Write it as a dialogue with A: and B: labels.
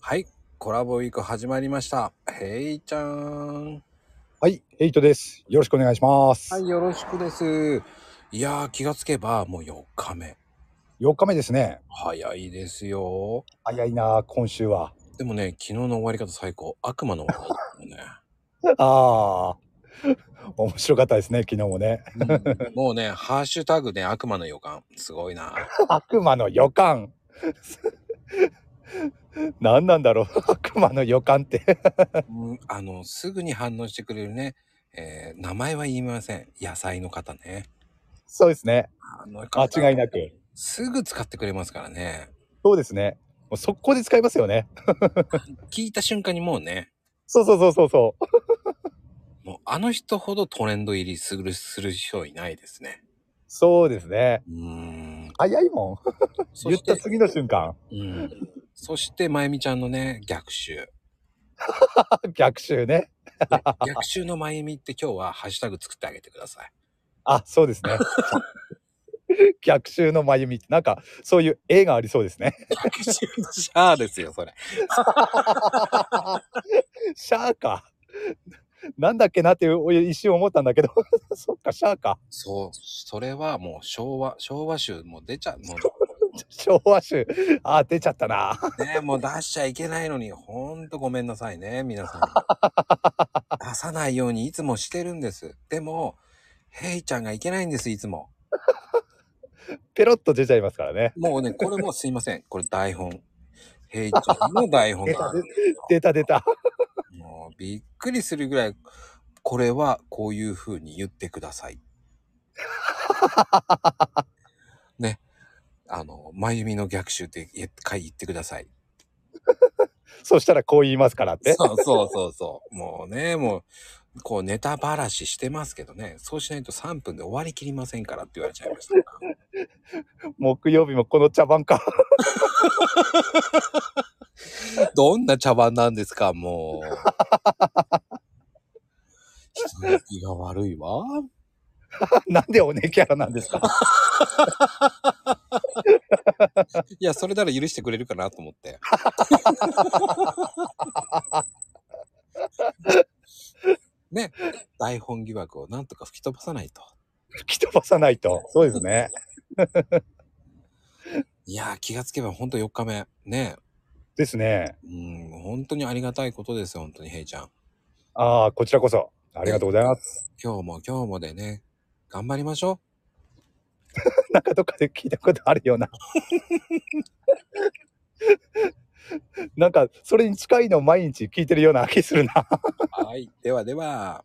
A: はい、コラボウィーク始まりました。へいちゃーん。
B: はい、エイトです。よろしくお願いします。
A: はい、よろしくです。いやー、気がつけばもう4日目。
B: 4日目ですね。
A: 早いですよ。
B: 早いなあ、今週は。
A: でもね、昨日の終わり方最高。悪魔の話題だよね。
B: ああ、 面白かったですね、昨日もね。
A: うんもうね、ハッシュタグね、悪魔の予感。すごいな。
B: 悪魔の予感。 何なんだろう、 悪魔の予感って。
A: うん、あの、すぐに反応してくれるね、えー名前は言いません。野菜の方ね。
B: そうですね、
A: あの方
B: 間違いなく。
A: すぐ使ってくれますからね。
B: そうですね。もう速攻で使いますよね。
A: 聞いた瞬間にもうね、
B: そうそうそうそうそう。
A: もうあの人ほどトレンド入りするする人いないですね。
B: そうですね。
A: うーん。
B: 早いもん。
A: そ
B: 言っ
A: したて、
B: 次の瞬間、
A: うん。そして、まゆみちゃんのね、逆襲。
B: 逆襲ね。
A: で逆襲のまゆみって今日はハッシュタグ作ってあげてください。
B: あ、そうですね。逆 襲の真由美。なんか、そういう絵がありそうですね。
A: 逆襲のシャーですよ、それ。
B: シャーか。なんだっけなっていう一瞬思ったんだけど、 そっか、シャーか。
A: そう、それはもう昭和、昭和集もう出ちゃう、も
B: 昭和種。あー、出ちゃったな。
A: うね、もう出しちゃいけないのに、ほんとごめんなさいね、皆 さん。出さないようにいつもしてるんです。でも、ヘイちゃんがいけないんです、いつも。
B: ペロッと出ちゃいますからね。
A: もうね、これもすいません。これ台本。平ちゃんの台本があるんですよ
B: 出た出た。
A: もうびっくりするぐらい、これはこういう風に言ってください。ね。あの、まゆみの逆襲って言って言ってください。
B: そしたらこう言いますからって。
A: そうそうそうそう。もうね、もう、こうネタばらししてますけどね、そうしないと3分で終わりきりませんからって言われちゃいました。
B: 木曜日もこの茶番か。
A: どんな茶番なんですか、も う。人の気が悪いわ。
B: なんでおねキャラなんですか。
A: いや、それなら許してくれるかなと思 って。ね、台本疑惑をなんとか吹き飛ばさないと。
B: 吹き飛ばさないと。そうですね。
A: いやー、気がつけばほんと4日目。ね、
B: ですね。
A: うん、本当にありがたいことですよ、本当に、ヘイちゃん。
B: ああ、こちらこそ。ありがとうございます。
A: 今日も今日もでね、頑張りましょ
B: なんかどっかで聞いたことあるような。なんか、それに近いのを毎日聞いてるような気するな。
A: う。はい、ではでは。